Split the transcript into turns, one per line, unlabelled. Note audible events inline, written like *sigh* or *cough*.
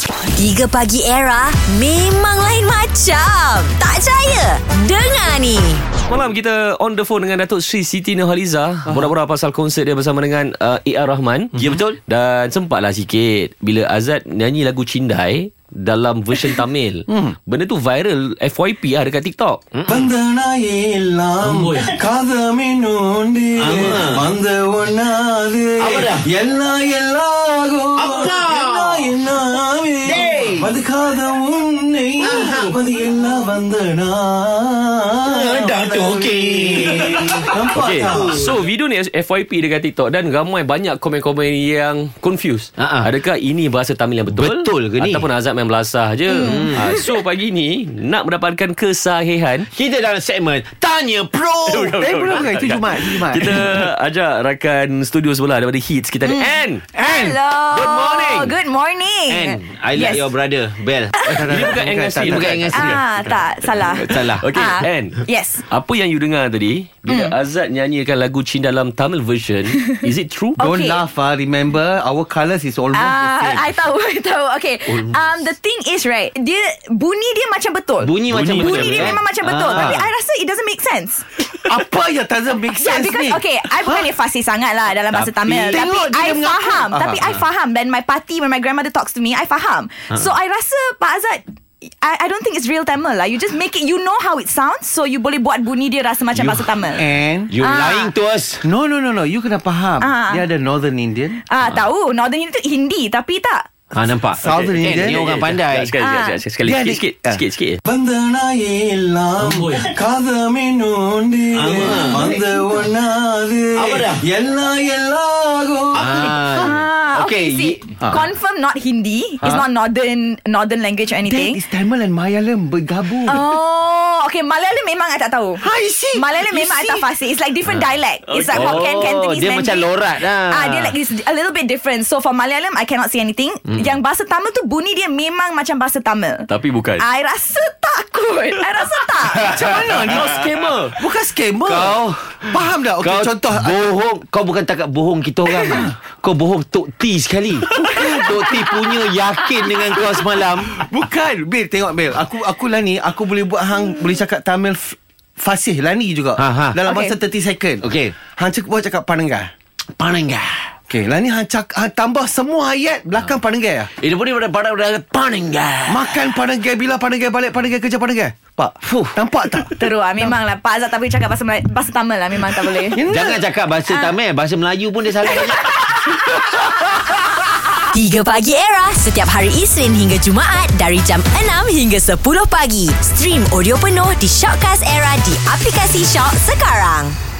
3 Pagi Era memang lain macam. Tak percaya? Dengar ni.
Malam kita on the phone dengan Datuk Sri Siti Nurhaliza Borak-borak pasal konsert dia bersama dengan uh, A.R. Rahman
Ya, betul.
Dan sempatlah sikit Bila Azad nyanyi lagu Cindai Dalam version
*laughs*
Tamil
Hmm.
Benda tu viral FYP lah dekat TikTok
வந்தனாயெல்லாம் காதமினோண்டி வந்த ஒன்னாது எல்லா எல்லாகும் எல்லாமே வந்து காத உன்னை வந்து எல்லா வந்தனா
Okay So video ni FYP dekat TikTok Dan ramai banyak komen-komen yang confused
Ha-ha.
Adakah ini bahasa Tamil yang betul?
Ha, Betul ke ni? Hmm.
Ataupun Azad main belasah je Ah, So pagi ni Nak mendapatkan kesahihan
Kita dalam segmen Tanya Pro.
Eh, bukan, bukan. Itu Jumaat. Itu Jumaat.
Kita ajak rakan studio sebelah daripada Hits
Hmm.
kita ada Ann.
And
Hello.
Good morning.
Good morning.
And I like your brother,
*laughs*
Bell.
Ini bukan Ann Nasi,
Dia
bukan
bukan
Ann
dengan
Nasi.
saya.
Ah, tak,
*laughs*
salah.
Salah.
Okay,
Ah,
Ann.
yes.
Apa yang you dengar tadi bila Azad nyanyikan lagu Chin dalam Tamil version, is it true?
Oh.
Don't
Okay.
laugh ah. Remember Our colours is Oh. almost the
Ah,
same
I tahu, *laughs* I tahu. Okay. Um, the thing is right, dia bunyi dia macam betul.
Bunyi macam
bunyi
betul,
dia
eh?
memang macam betul.
Ah.
Tapi I rasa it doesn't make sense.
*laughs* Apa yang doesn't make
Yeah,
sense
because
ni
okay, I bukan huh? fasih sangat lah dalam bahasa
Tapi-
Tamil. Tapi
Tengok dia
I
mengaku.
faham.
Ah,
Tapi I faham. When my party, when my grandmother talks to me, I faham. So I rasa Pak Azad, I, I don't think it's real Tamil lah. You just make it. You know how it sounds, so you boleh buat bunyi dia rasa macam bahasa
*laughs*
Tamil.
And
You
Ah.
lying to us.
No no no no You kena faham
Ah.
Dia ada Northern Indian
Ah, tahu. Northern Hindi, Hindi tapi tak.
Ah,
Ha nampak.
Southern
Eh,
Indian.
Ni orang
Eh,
pandai.
Sekejap,
Ah.
sekejap, sekejap, sekejap, sekali.
Dia
Sikit,
ada-
sikit,
Ah.
sikit, sikit.
வந்தனாயெல்லாம் காதமினோண்டு வந்த ஒன்னாது எல்லா எல்லாகும்
Ah, okay. see, confirm not Hindi. It's not northern northern language or
That
anything.
is Tamil and Malayalam bergabung
Oh, okay. Malayalam memang I tak tahu.
I see.
Malayalam
You
memang I
see. Ah.
tak fasih. It's like different dialect. It's like Hokkien,
Oh,
Cantonese,
dia
Mandarin.
macam lorat lah.
Ah, dia like it's a little bit different. So for Malayalam, I cannot say anything.
Mm-hmm.
Yang bahasa Tamil tu bunyi dia memang macam bahasa Tamil.
Tapi bukan.
*laughs*
I rasa takut. I rasa tak.
*laughs* Macam mana ni?
Kau scammer.
Bukan scammer
Kau
Faham tak? Okay,
kau
contoh
bohong Kau bukan takat bohong kita orang Kau bohong Tok T sekali Tok T punya yakin dengan kau semalam
Bukan Bil tengok Bil Aku aku lah ni Aku boleh buat Hang boleh cakap Tamil f- Fasih lah ni juga
Ha, ha.
Dalam
Okay.
masa 30 second
Okay.
Hang cakap buat cakap Panengah
Panengah
Okay lah ni hang, cak, hang tambah semua ayat Belakang
Ha.
Panengah ya
Ini pun pada pada pada Panengah
Makan Panengah Bila Panengah balik Panengah kerja Panengah Pak Fuh. Nampak tak?
Teruk lah. Memang lah. Pak Azad tak boleh cakap bahasa, Malay- bahasa Tamil lah. Memang tak
*laughs*
boleh.
啊
啊
Jangan cakap bahasa Tamil Bahasa Melayu pun dia salah banyak
3 Pagi Era setiap hari Isnin hingga Jumaat dari jam 6 hingga 10 pagi. Stream audio penuh di Shockcast Era di aplikasi Shock sekarang.